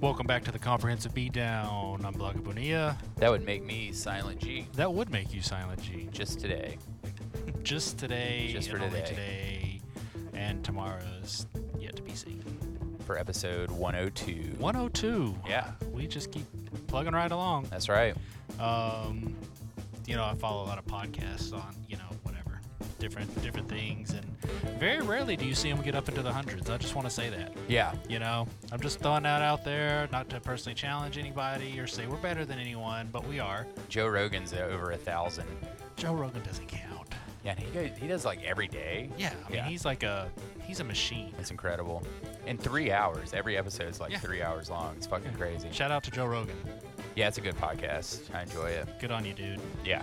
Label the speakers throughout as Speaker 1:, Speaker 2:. Speaker 1: Welcome back to the Comprehensive Beatdown. I'm Blanca Bonilla.
Speaker 2: That would make me Silent G
Speaker 1: That would make you silent G.
Speaker 2: just today.
Speaker 1: Just today,
Speaker 2: Just for
Speaker 1: and only
Speaker 2: today.
Speaker 1: today, and tomorrow's yet to be seen.
Speaker 2: for episode 102.
Speaker 1: 102.
Speaker 2: Yeah.
Speaker 1: We just keep plugging right along.
Speaker 2: That's right.
Speaker 1: Um, you know, I follow a lot of podcasts on, you know, whatever, different different things, and very rarely do you see them get up into the hundreds. I just want to say that.
Speaker 2: Yeah.
Speaker 1: You know, I'm just throwing that out there, not to personally challenge anybody or say we're better than anyone, but we are.
Speaker 2: Joe Rogan's at over a thousand.
Speaker 1: Joe Rogan doesn't count.
Speaker 2: Yeah, and he, go- he does like every day.
Speaker 1: Yeah, I mean,
Speaker 2: Yeah.
Speaker 1: he's like a he's a machine.
Speaker 2: It's incredible. In three hours, every episode's like
Speaker 1: Yeah.
Speaker 2: three hours long. It's fucking crazy.
Speaker 1: Shout out to Joe Rogan.
Speaker 2: Yeah, it's a good podcast. I enjoy it.
Speaker 1: Good on you, dude.
Speaker 2: Yeah.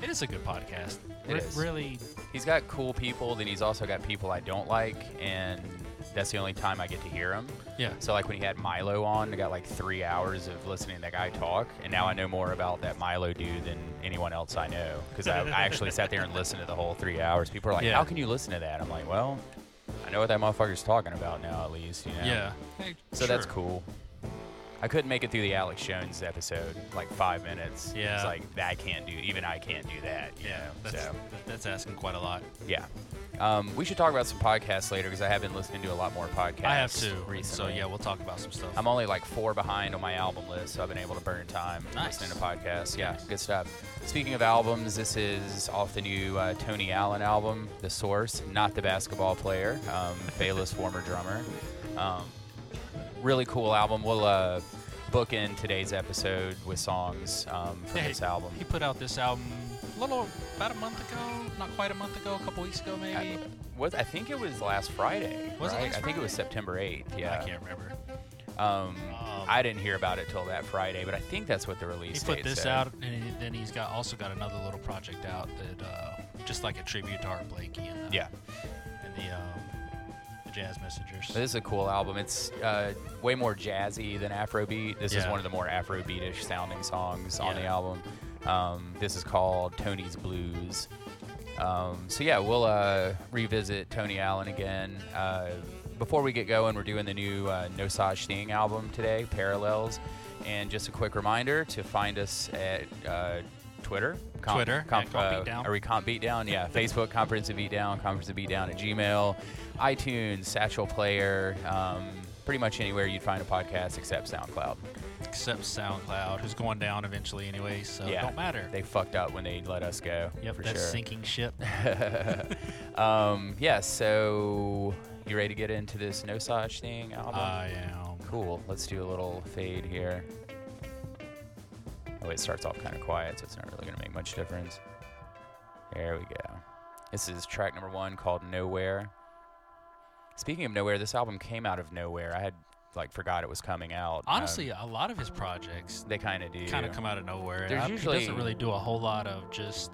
Speaker 1: It is a good podcast.
Speaker 2: It
Speaker 1: Re-
Speaker 2: is.
Speaker 1: really.
Speaker 2: He's got cool people, then he's also got people I don't like, and that's the only time I get to hear him.
Speaker 1: Yeah.
Speaker 2: So like when he had Milo on, I got like three hours of listening to that guy talk, and now I know more about that Milo dude than anyone else I know because I, I actually sat there and listened to the whole three hours. People are like,
Speaker 1: Yeah.
Speaker 2: "How can you listen to that?" I'm like, "Well, I know what that motherfucker's talking about now, at least." You know?
Speaker 1: Yeah. Hey,
Speaker 2: So that's
Speaker 1: sure.
Speaker 2: cool. I couldn't make it through the Alex Jones episode, like five minutes.
Speaker 1: Yeah.
Speaker 2: It's like I can't do. Even I can't do that. You
Speaker 1: Yeah.
Speaker 2: Know?
Speaker 1: That's,
Speaker 2: so.
Speaker 1: that- that's asking quite a lot.
Speaker 2: Yeah. Um, we should talk about some podcasts later because I have been listening to a lot more podcasts.
Speaker 1: I have to.
Speaker 2: Recently.
Speaker 1: So yeah, we'll talk about some stuff.
Speaker 2: I'm only like four behind on my album list, so I've been able to burn time
Speaker 1: Nice.
Speaker 2: listening to podcasts. Yeah,
Speaker 1: Nice.
Speaker 2: good stuff. Speaking of albums, this is off the new uh, Tony Allen album, The Source, not the basketball player, um, Bayless former drummer. Um, really cool album. We'll uh, book in today's episode with songs um, from
Speaker 1: Yeah,
Speaker 2: this album.
Speaker 1: He put out this album a little about a month ago, not quite a month ago, a couple weeks ago maybe.
Speaker 2: I, what, I think it was last Friday.
Speaker 1: Was it
Speaker 2: right?
Speaker 1: last
Speaker 2: I think it was
Speaker 1: Friday?
Speaker 2: September 8th. Yeah.
Speaker 1: I can't remember.
Speaker 2: Um,
Speaker 1: Um,
Speaker 2: I didn't hear about it till that Friday, but I think that's what the
Speaker 1: He
Speaker 2: release
Speaker 1: put
Speaker 2: date
Speaker 1: this
Speaker 2: said.
Speaker 1: out, and he- then he's got also got another little project out that uh, just like a tribute to Art Blakey and uh,
Speaker 2: Yeah.
Speaker 1: and the um, the Jazz Messengers.
Speaker 2: This is a cool album. It's uh, way more jazzy than Afrobeat. This is
Speaker 1: Yeah.
Speaker 2: one of the more Afrobeatish sounding songs on the
Speaker 1: Yeah.
Speaker 2: album. Um, this is called Tony's Blues. Um, so yeah, we'll uh, revisit Tony Allen again. Uh, before we get going, we're doing the new uh, No Saj Singh album today, Parallels. And just a quick reminder to find us at uh, Twitter.
Speaker 1: Twitter, at
Speaker 2: Comp,
Speaker 1: Comp
Speaker 2: uh,
Speaker 1: Beatdown.
Speaker 2: Are we Comp Beatdown? Yeah. Facebook, Comprehensive Beatdown, Comprehensive Beatdown at Gmail, iTunes, Satchel Player, um, pretty much anywhere you'd find a podcast except SoundCloud.
Speaker 1: Except SoundCloud, who's going down eventually anyway, so
Speaker 2: yeah.
Speaker 1: don't matter.
Speaker 2: They fucked up when they let us go.
Speaker 1: yep,
Speaker 2: for
Speaker 1: that's
Speaker 2: sure.
Speaker 1: sinking ship.
Speaker 2: Um, yeah, so you ready to get into this No Saj thing album?
Speaker 1: I am.
Speaker 2: cool. Let's do a little fade here. Oh, it starts off kind of quiet, so it's not really going to make much difference. There we go. This is track number one called Nowhere. Speaking of nowhere, this album came out of nowhere. I had like forgot it was coming out. Um,
Speaker 1: Honestly, a lot of his projects
Speaker 2: they kind of do.
Speaker 1: kind of come out of nowhere. and
Speaker 2: There's
Speaker 1: I- he
Speaker 2: usually-
Speaker 1: doesn't really do a whole lot of just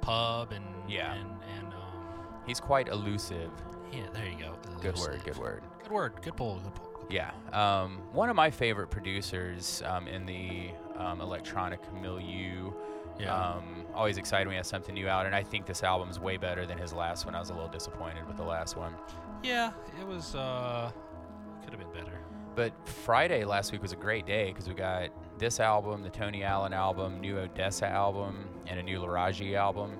Speaker 1: pub and
Speaker 2: Yeah.
Speaker 1: and, and um,
Speaker 2: He's quite elusive.
Speaker 1: yeah. There you go.
Speaker 2: Good word.
Speaker 1: Elusive.
Speaker 2: Good word.
Speaker 1: Good word. Good pull. Good pull. good
Speaker 2: Yeah. Um, one of my favorite producers um, in the um, electronic milieu.
Speaker 1: pull. Yeah.
Speaker 2: Um, always excited when he has something new out, and I think this album's way better than his last one. I was a little disappointed with the last one.
Speaker 1: yeah. It was. Uh, could have been better.
Speaker 2: But Friday last week was a great day because we got this album, the Tony Allen album, new Odessa album, and a new Laraji album,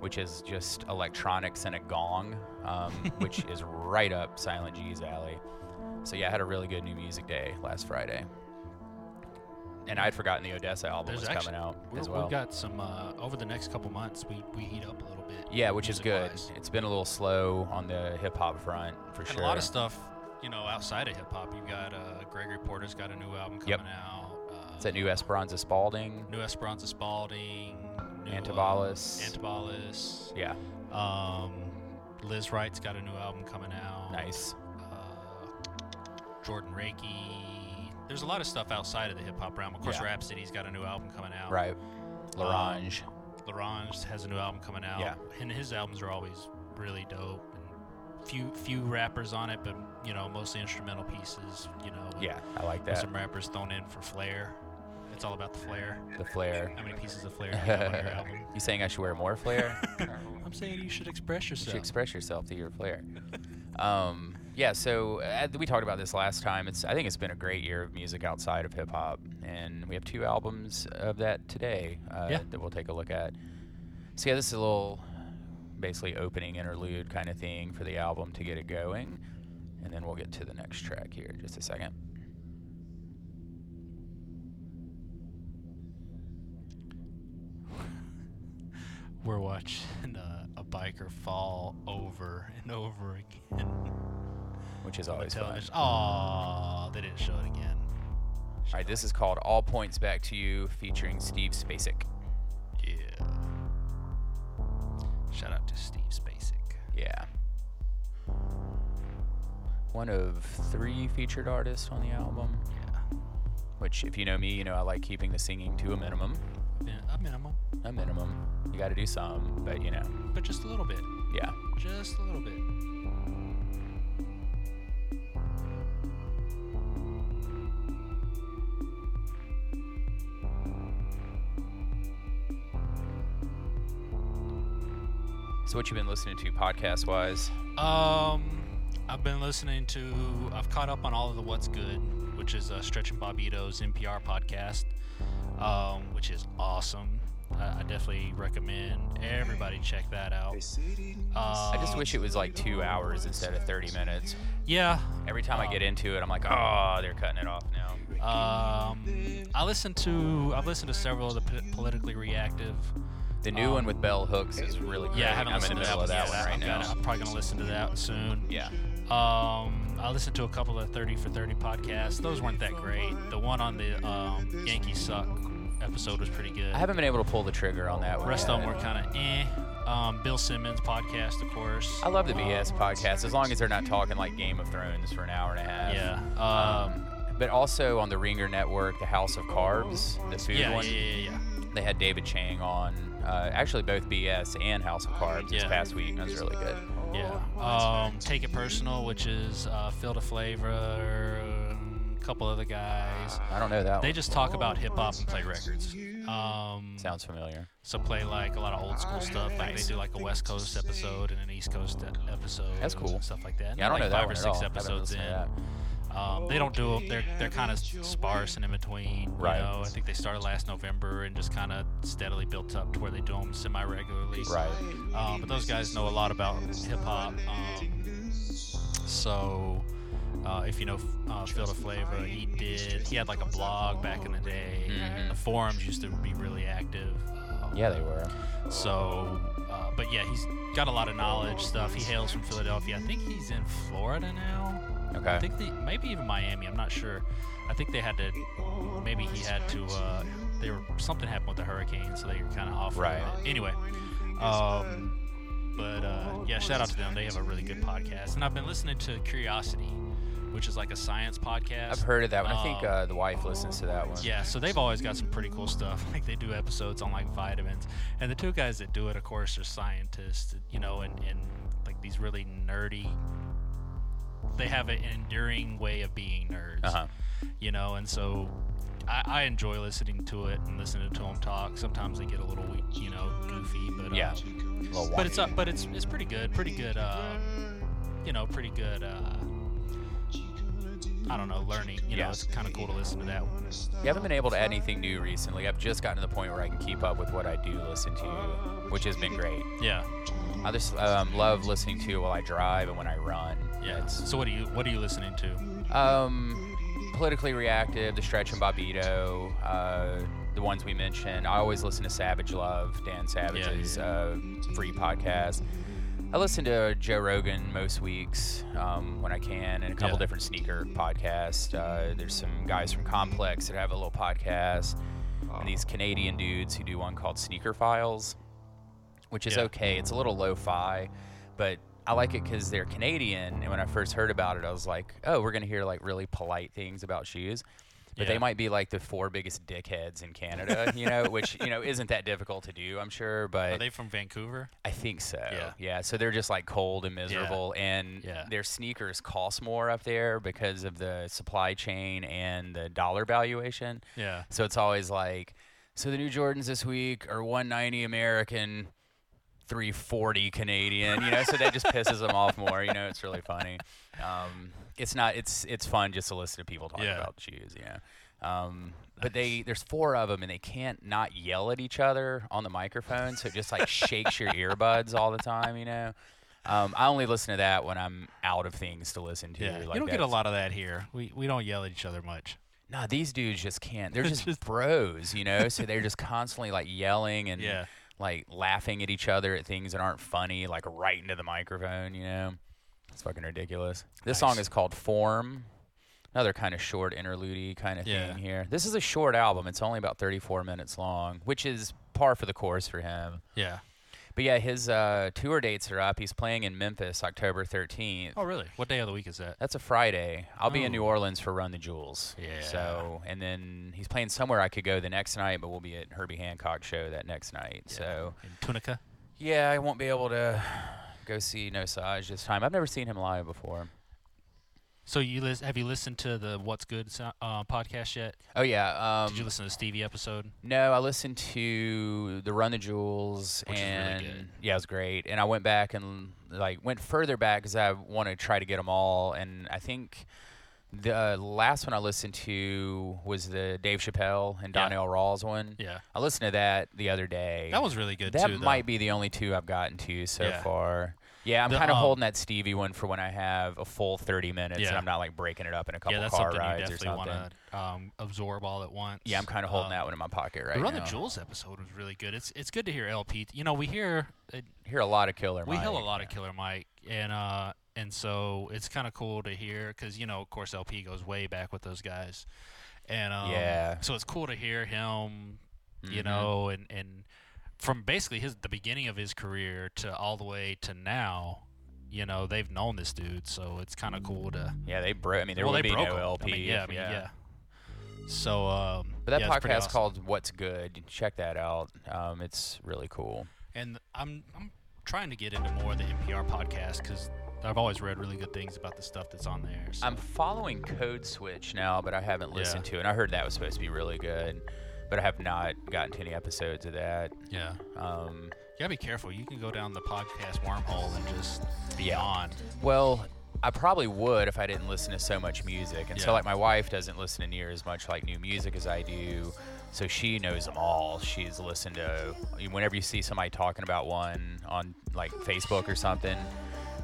Speaker 2: which is just electronics and a gong, um, which is right up Silent G's alley. So yeah, I had a really good new music day last Friday. And I'd forgotten the Odessa album
Speaker 1: There's
Speaker 2: was
Speaker 1: actually-
Speaker 2: coming out
Speaker 1: We're,
Speaker 2: as well.
Speaker 1: We've got some uh, over the next couple months. We we heat up a little bit.
Speaker 2: yeah, which is good.
Speaker 1: music-wise.
Speaker 2: It's been a little slow on the hip hop front for
Speaker 1: And
Speaker 2: sure.
Speaker 1: a lot of stuff, you know, outside of hip hop. You've got uh, Gregory Porter's got a new album coming
Speaker 2: Yep.
Speaker 1: out. Uh,
Speaker 2: It's that new Esperanza Spalding,
Speaker 1: New Esperanza Spalding. New, um,
Speaker 2: Antibalas.
Speaker 1: Antibalas.
Speaker 2: yeah,
Speaker 1: Um, Liz Wright's got a new album coming out.
Speaker 2: nice.
Speaker 1: Uh, Jordan Reiki. There's a lot of stuff outside of the hip hop realm. Of course,
Speaker 2: Yeah.
Speaker 1: Rhapsody's got a new album coming out.
Speaker 2: Right. Larange.
Speaker 1: Larange has a new album coming out.
Speaker 2: Yeah.
Speaker 1: And his albums are always really dope. And few few rappers on it, but you know, mostly instrumental pieces, you know. with-
Speaker 2: Yeah, I like
Speaker 1: with
Speaker 2: that.
Speaker 1: some rappers thrown in for flair. It's all about the flair.
Speaker 2: The flare.
Speaker 1: How many pieces of flair do you have on your album?
Speaker 2: you saying I should wear more flare?
Speaker 1: I'm saying you should express
Speaker 2: you
Speaker 1: yourself.
Speaker 2: should express yourself through your flare. Um, yeah, so uh, we talked about this last time. It's I think it's been a great year of music outside of hip hop, and we have two albums of that today uh,
Speaker 1: Yeah.
Speaker 2: that we'll take a look at. So yeah, this is a little basically opening interlude kind of thing for the album to get it going, and then we'll get to the next track here in just a second.
Speaker 1: We're watching uh, a biker fall over and over again.
Speaker 2: Which is always fun.
Speaker 1: television. Aw, they didn't show it again.
Speaker 2: All right, this is called All Points Back to You featuring Steve Spacek.
Speaker 1: Yeah. Shout out to Steve Spacek.
Speaker 2: Yeah. One of three featured artists on the album,
Speaker 1: Yeah.
Speaker 2: which, if you know me, you know I like keeping the singing to a minimum.
Speaker 1: Min- A minimum,
Speaker 2: A minimum. You got to do some, but you know,
Speaker 1: but just a little bit.
Speaker 2: yeah.
Speaker 1: Just a little bit.
Speaker 2: So, what you been listening to podcast wise?
Speaker 1: Um, I've been listening to. I've caught up on all of the What's Good, which is uh, Stretch and Bobito's NPR podcast, um, which is awesome. I I definitely recommend everybody check that out. Uh,
Speaker 2: I just wish it was like two hours instead of 30 minutes.
Speaker 1: Yeah.
Speaker 2: Every time I get into it, I'm like, oh, they're cutting it off now.
Speaker 1: Um, I listened to. I've listened to several of the p- politically reactive.
Speaker 2: The new one with Bell Hooks is really great.
Speaker 1: Yeah, I haven't
Speaker 2: I'm in the
Speaker 1: listened to
Speaker 2: middle
Speaker 1: that
Speaker 2: of that
Speaker 1: one yet.
Speaker 2: one right
Speaker 1: I've
Speaker 2: now.
Speaker 1: gotta- I'm probably gonna listen to that soon.
Speaker 2: Yeah.
Speaker 1: Um, I listened to a couple of 30 for 30 podcasts. Those weren't that great. The one on the um, Yankees suck episode was pretty good.
Speaker 2: I haven't been able to pull the trigger on that one.
Speaker 1: Rest of
Speaker 2: yet.
Speaker 1: them were kind of eh. Um, Bill Simmons podcast, of course.
Speaker 2: I love the BS podcast as long as they're not talking like Game of Thrones for an hour and a half.
Speaker 1: Yeah. Um,
Speaker 2: But also on the Ringer Network, the House of Carbs, the food
Speaker 1: yeah, yeah,
Speaker 2: one,
Speaker 1: yeah, yeah,
Speaker 2: they had David Chang on. Uh, actually, both BS and House of Carbs this
Speaker 1: Yeah.
Speaker 2: past week. and That was really good.
Speaker 1: yeah. Yeah. Um, Take It Personal, which is uh, Phil DeFlavor, a couple other guys.
Speaker 2: I don't know that
Speaker 1: They
Speaker 2: one.
Speaker 1: just talk about hip hop and play records. Um,
Speaker 2: Sounds familiar.
Speaker 1: so play like a lot of old school stuff. Like they do like a West Coast episode and an East Coast e- episode.
Speaker 2: That's cool.
Speaker 1: and Stuff like that.
Speaker 2: Yeah, I don't
Speaker 1: like
Speaker 2: know that
Speaker 1: five
Speaker 2: one
Speaker 1: or
Speaker 2: at
Speaker 1: six
Speaker 2: all. I haven't
Speaker 1: episodes
Speaker 2: listened
Speaker 1: in.
Speaker 2: to that.
Speaker 1: Um, they don't do. They're they're kind of sparse and in between.
Speaker 2: Right.
Speaker 1: You know, I think they started last November and just kind of steadily built up to where they do them semi regularly.
Speaker 2: Right.
Speaker 1: Um, but those guys know a lot about hip hop. Um, so uh, if you know uh, Phil DeFlava, he did. He had like a blog back in the day.
Speaker 2: Mhm.
Speaker 1: The forums used to be really active. Um,
Speaker 2: Yeah, they were.
Speaker 1: So, uh, but yeah, he's got a lot of knowledge stuff. He hails from Philadelphia. I think he's in Florida now. I
Speaker 2: Okay.
Speaker 1: think they, maybe even Miami. I'm not sure. I think they had to. Maybe he had to. Uh, they were something happened with the hurricane, so they were kind of off.
Speaker 2: Right.
Speaker 1: with it. Anyway, um, but uh, yeah, shout out to them. They have a really good podcast, and I've been listening to Curiosity, which is like a science podcast.
Speaker 2: I've heard of that one. I think
Speaker 1: Um,
Speaker 2: uh, the wife listens to that one.
Speaker 1: Yeah, so they've always got some pretty cool stuff. Like they do episodes on like vitamins, and the two guys that do it, of course, are scientists. You know, and and like these really nerdy. They have an enduring way of being nerds.
Speaker 2: Uh huh.
Speaker 1: You know, and so. I, I enjoy listening to it and listening to them talk. Sometimes they get a little, you know, goofy, but uh,
Speaker 2: Yeah. Lil
Speaker 1: but
Speaker 2: Wayne.
Speaker 1: it's uh, but it's it's pretty good, pretty good. Uh, you know, pretty good. Uh, I don't know, learning. You
Speaker 2: Yeah.
Speaker 1: know, it's kind of cool to listen to that.
Speaker 2: Yeah, I haven't been able to add anything new recently. I've just gotten to the point where I can keep up with what I do listen to, which has been great.
Speaker 1: Yeah,
Speaker 2: I just um, love listening to it while I drive and when I run.
Speaker 1: yeah.
Speaker 2: It's,
Speaker 1: so what are you what are you listening to?
Speaker 2: um, politically reactive, the Stretch and Bobito, uh, the ones we mentioned. I always listen to Savage Love, Dan Savage's Uh, free podcast. I listen to Joe Rogan most weeks um, when I can, and a couple
Speaker 1: Yeah.
Speaker 2: different sneaker podcasts. Uh, there's some guys from Complex that have a little podcast, and these Canadian dudes who do one called Sneaker Files which is
Speaker 1: Yeah.
Speaker 2: okay. It's a little lo-fi, but I like it because they're Canadian. And when I first heard about it, I was like, oh, we're gonna hear like really polite things about shoes. But
Speaker 1: Yeah.
Speaker 2: they might be like the four biggest dickheads in Canada, you know, which you know isn't that difficult to do, I'm sure.
Speaker 1: Are
Speaker 2: But
Speaker 1: they from Vancouver?
Speaker 2: I think so.
Speaker 1: Yeah.
Speaker 2: So they're just like cold and miserable, and
Speaker 1: Yeah.
Speaker 2: their sneakers cost more up there because of the supply chain and the dollar valuation.
Speaker 1: Yeah.
Speaker 2: So it's always like, so the new Jordans this week are 190 American, 340 Canadian, you know, so that just pisses them off more. You know, it's really funny. Um, it's not. It's it's fun just to listen to people talk
Speaker 1: Yeah.
Speaker 2: about shoes. Yeah. Um, but they there's four of them and they can't not yell at each other on the microphone, so it just like shakes your earbuds all the time. You know. Um, I only listen to that when I'm out of things to listen to.
Speaker 1: Yeah, you
Speaker 2: Like
Speaker 1: don't get a
Speaker 2: that's-
Speaker 1: lot of that here. We we don't yell at each other much.
Speaker 2: Nah, these dudes just can't. They're just,
Speaker 1: Just-
Speaker 2: bros, you know. So they're just constantly like yelling and
Speaker 1: Yeah.
Speaker 2: like laughing at each other at things that aren't funny, like right into the microphone, you know. It's fucking ridiculous. This song
Speaker 1: Nice.
Speaker 2: is called Form. Another kind of short interlude kind of
Speaker 1: Yeah.
Speaker 2: thing here. This is a short album. It's only about 34 minutes long, which is par for the course for him.
Speaker 1: Yeah.
Speaker 2: But yeah, his uh, tour dates are up. He's playing in Memphis October 13th.
Speaker 1: Oh, really? What day of the week is that?
Speaker 2: That's a Friday. I'll be in
Speaker 1: Oh.
Speaker 2: New Orleans for Run the Jewels.
Speaker 1: Yeah.
Speaker 2: So, and then he's playing somewhere I could go the next night, but we'll be at Herbie Hancock show that next night. So,
Speaker 1: In Tunica.
Speaker 2: yeah, I won't be able to go see Nosage this time. I've never seen him live before.
Speaker 1: So you lis- have you listened to the What's Good so- uh, podcast yet?
Speaker 2: Oh yeah. Um,
Speaker 1: Did you listen to the Stevie episode?
Speaker 2: No, I listened to the Run the Jewels
Speaker 1: Which is really
Speaker 2: and
Speaker 1: good.
Speaker 2: yeah, it was great. And I went back and like went further back because I want to try to get them all. And I think the uh, last one I listened to was the Dave Chappelle and
Speaker 1: Yeah.
Speaker 2: Donnell Rawls one.
Speaker 1: Yeah,
Speaker 2: I listened to that the other day.
Speaker 1: that was really good
Speaker 2: that
Speaker 1: too. though.
Speaker 2: might be the only two I've gotten to so
Speaker 1: Yeah.
Speaker 2: far. Yeah, I'm
Speaker 1: The,
Speaker 2: kind of
Speaker 1: um,
Speaker 2: holding that Stevie one for when I have a full 30 minutes and
Speaker 1: Yeah.
Speaker 2: I'm not like breaking it up in a couple
Speaker 1: yeah, that's
Speaker 2: car
Speaker 1: something you
Speaker 2: rides or
Speaker 1: definitely
Speaker 2: something.
Speaker 1: want to um, absorb all at once.
Speaker 2: Yeah, I'm kind of
Speaker 1: Um,
Speaker 2: holding that one in my pocket right
Speaker 1: The Run
Speaker 2: now.
Speaker 1: the Jewels episode was really good. It's it's good to hear LP. You know, we hear uh,
Speaker 2: hear a lot of killer.
Speaker 1: we hear a
Speaker 2: Mike,
Speaker 1: lot
Speaker 2: yeah.
Speaker 1: of Killer Mike, and uh, and so it's kind of cool to hear because you know, of course, LP goes way back with those guys, and um,
Speaker 2: Yeah.
Speaker 1: so it's cool to hear him you
Speaker 2: Mhm.
Speaker 1: know, and and from basically his the beginning of his career to all the way to now, you know, they've known this dude, so it's kind of cool to.
Speaker 2: Yeah, they broke. I mean, there
Speaker 1: well, they
Speaker 2: will be
Speaker 1: broke
Speaker 2: no
Speaker 1: him.
Speaker 2: LP.
Speaker 1: I mean, yeah, I mean, yeah. So, um,
Speaker 2: But that
Speaker 1: yeah, it's pretty
Speaker 2: podcast
Speaker 1: awesome.
Speaker 2: called "What's Good." Check that out. Um, it's really cool.
Speaker 1: and I'm I'm trying to get into more of the NPR podcast because I've always read really good things about the stuff that's on there. So.
Speaker 2: I'm following Code Switch now, but I haven't listened to it. And I heard that was supposed to be really good, but I have not gotten to any episodes of that.
Speaker 1: yeah, you
Speaker 2: Um,
Speaker 1: gotta be careful. You can go down the podcast wormhole and just beyond.
Speaker 2: well, I probably would if I didn't listen to so much music. And so,
Speaker 1: Yeah.
Speaker 2: like, my wife doesn't listen to near as much like new music as I do. So she knows them all. She's listened to whenever you see somebody talking about one on like Facebook or something.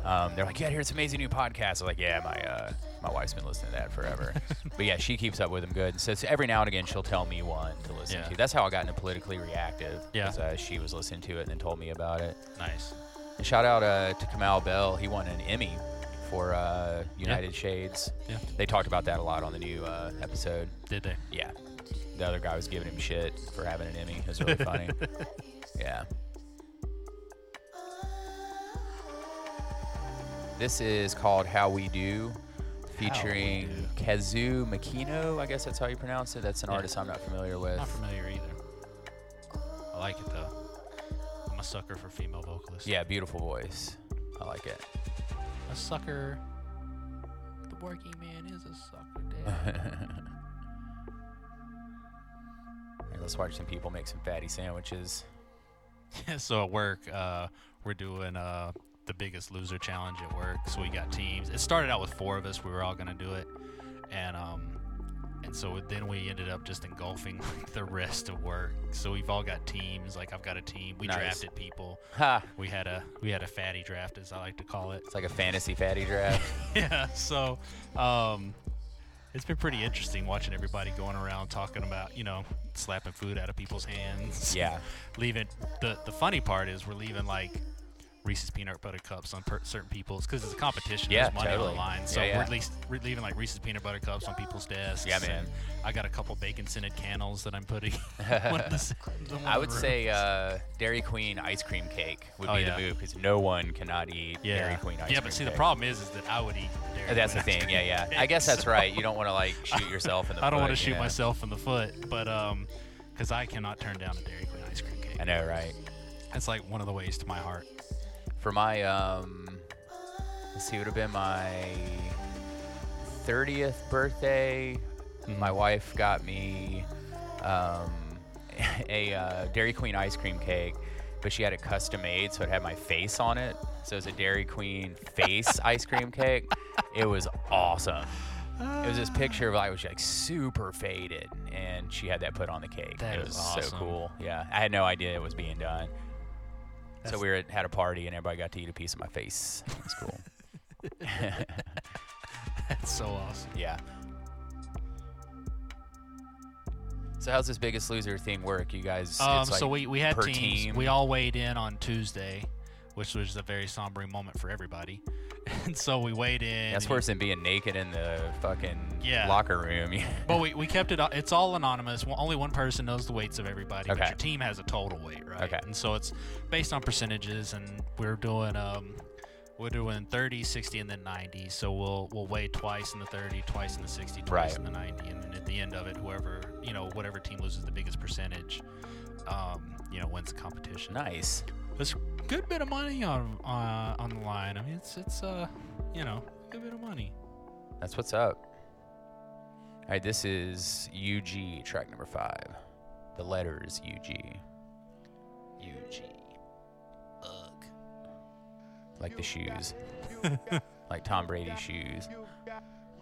Speaker 2: Um, they're like, yeah, here's this amazing new podcast. I'm like, yeah, my uh, my wife's been listening to that forever. but yeah, she keeps up with them good. So it's every now and again she'll tell me one to listen
Speaker 1: Yeah.
Speaker 2: to. That's how I got into politically reactive.
Speaker 1: Yeah.
Speaker 2: 'cause, uh, she was listening to it and then told me about it.
Speaker 1: Nice.
Speaker 2: And shout out uh, to Kamal Bell. He won an Emmy for uh, United Shades.
Speaker 1: Yeah.
Speaker 2: They talked about that a lot on the new uh, episode.
Speaker 1: Did they?
Speaker 2: Yeah. The other guy was giving him shit for having an Emmy. It was really funny. Yeah. This is called How We Do, featuring
Speaker 1: Do.
Speaker 2: Kazu Makino. I guess that's how you pronounce it. That's an
Speaker 1: Yeah.
Speaker 2: artist I'm not familiar with.
Speaker 1: Not familiar either. I like it though. I'm a sucker for female vocalists.
Speaker 2: Yeah, beautiful voice. I like it.
Speaker 1: A sucker. The working man is a sucker, Dad.
Speaker 2: Here, let's watch some people make some fatty sandwiches.
Speaker 1: so at work, uh, we're doing uh, the biggest loser challenge at work. So we got teams. It started out with four of us. We were all gonna do it, and um, and so then we ended up just engulfing like, the rest of work. So we've all got teams. Like I've got a team. We
Speaker 2: Nice.
Speaker 1: drafted people.
Speaker 2: Ha!
Speaker 1: We had a we had a fatty draft, as I like to call it.
Speaker 2: It's like a fantasy fatty draft.
Speaker 1: yeah so um it's been pretty interesting watching everybody going around talking about you know slapping food out of people's hands
Speaker 2: yeah.
Speaker 1: leaving the the funny part is we're leaving like Reese's peanut butter cups on per- certain people's because it's a competition.
Speaker 2: Yeah,
Speaker 1: There's money on
Speaker 2: totally.
Speaker 1: the line, so
Speaker 2: Yeah, yeah.
Speaker 1: we're at least we're leaving like Reese's peanut butter cups on people's desks.
Speaker 2: Yeah, man.
Speaker 1: and I got a couple bacon scented candles that I'm putting. in one of the s- in one
Speaker 2: I
Speaker 1: of
Speaker 2: would
Speaker 1: the
Speaker 2: say
Speaker 1: rooms.
Speaker 2: uh, Dairy Queen ice cream cake would
Speaker 1: Oh,
Speaker 2: be
Speaker 1: yeah.
Speaker 2: the move because no one cannot eat
Speaker 1: yeah,
Speaker 2: Dairy Queen ice cream.
Speaker 1: yeah, but see, the
Speaker 2: cake.
Speaker 1: problem is, is that I would eat. Dairy
Speaker 2: Uh, That's the
Speaker 1: Queen ice
Speaker 2: thing.
Speaker 1: cream
Speaker 2: Yeah, yeah. I
Speaker 1: cake,
Speaker 2: guess that's
Speaker 1: so-
Speaker 2: right. You don't want to like shoot yourself in the.
Speaker 1: I don't
Speaker 2: want to
Speaker 1: shoot myself in the foot, but um, because I cannot turn down a Dairy Queen ice cream cake.
Speaker 2: I know, right?
Speaker 1: That's like one of the ways to my heart.
Speaker 2: for my um let's see it would have been my 30th birthday
Speaker 1: Mm-hmm.
Speaker 2: my wife got me um a uh, dairy queen ice cream cake but she had it custom made, so it had my face on it. So it was a Dairy Queen face ice cream cake. It was awesome. It was this picture of like was like super faded, and she had that put on the cake.
Speaker 1: That
Speaker 2: it
Speaker 1: is
Speaker 2: was so
Speaker 1: awesome.
Speaker 2: cool. Yeah, I had no idea it was being done. so
Speaker 1: That's-
Speaker 2: we were at, had a party, and everybody got to eat a piece of my face. It was cool.
Speaker 1: That's so awesome.
Speaker 2: Yeah. So how's this Biggest Loser thing work? You guys,
Speaker 1: Um,
Speaker 2: it's like
Speaker 1: so we, we had
Speaker 2: per
Speaker 1: teams.
Speaker 2: team.
Speaker 1: We all weighed in on Tuesday, which was a very sombering moment for everybody. And so we weighed in.
Speaker 2: that's worse than being naked in the fucking
Speaker 1: Yeah.
Speaker 2: locker room.
Speaker 1: But we, we kept it. a- It's all anonymous. Well, Only one person knows the weights of everybody.
Speaker 2: Okay.
Speaker 1: But your team has a total weight, right?
Speaker 2: Okay.
Speaker 1: And so it's based on percentages, and we're doing um, we're doing 30, 60, and then 90. So we'll we'll weigh twice in the 30, twice in the 60, twice
Speaker 2: Right.
Speaker 1: in the 90, and then at the end of it, whoever you know, whatever team loses the biggest percentage, um, you know, wins the competition.
Speaker 2: nice.
Speaker 1: There's a good bit of money on uh, on the line. I mean, it's it's uh, you know, a good bit of money.
Speaker 2: That's what's up. All right, this is UG track number five. The letters UG,
Speaker 1: UG. Ugh.
Speaker 2: like the shoes, like Tom Brady's shoes.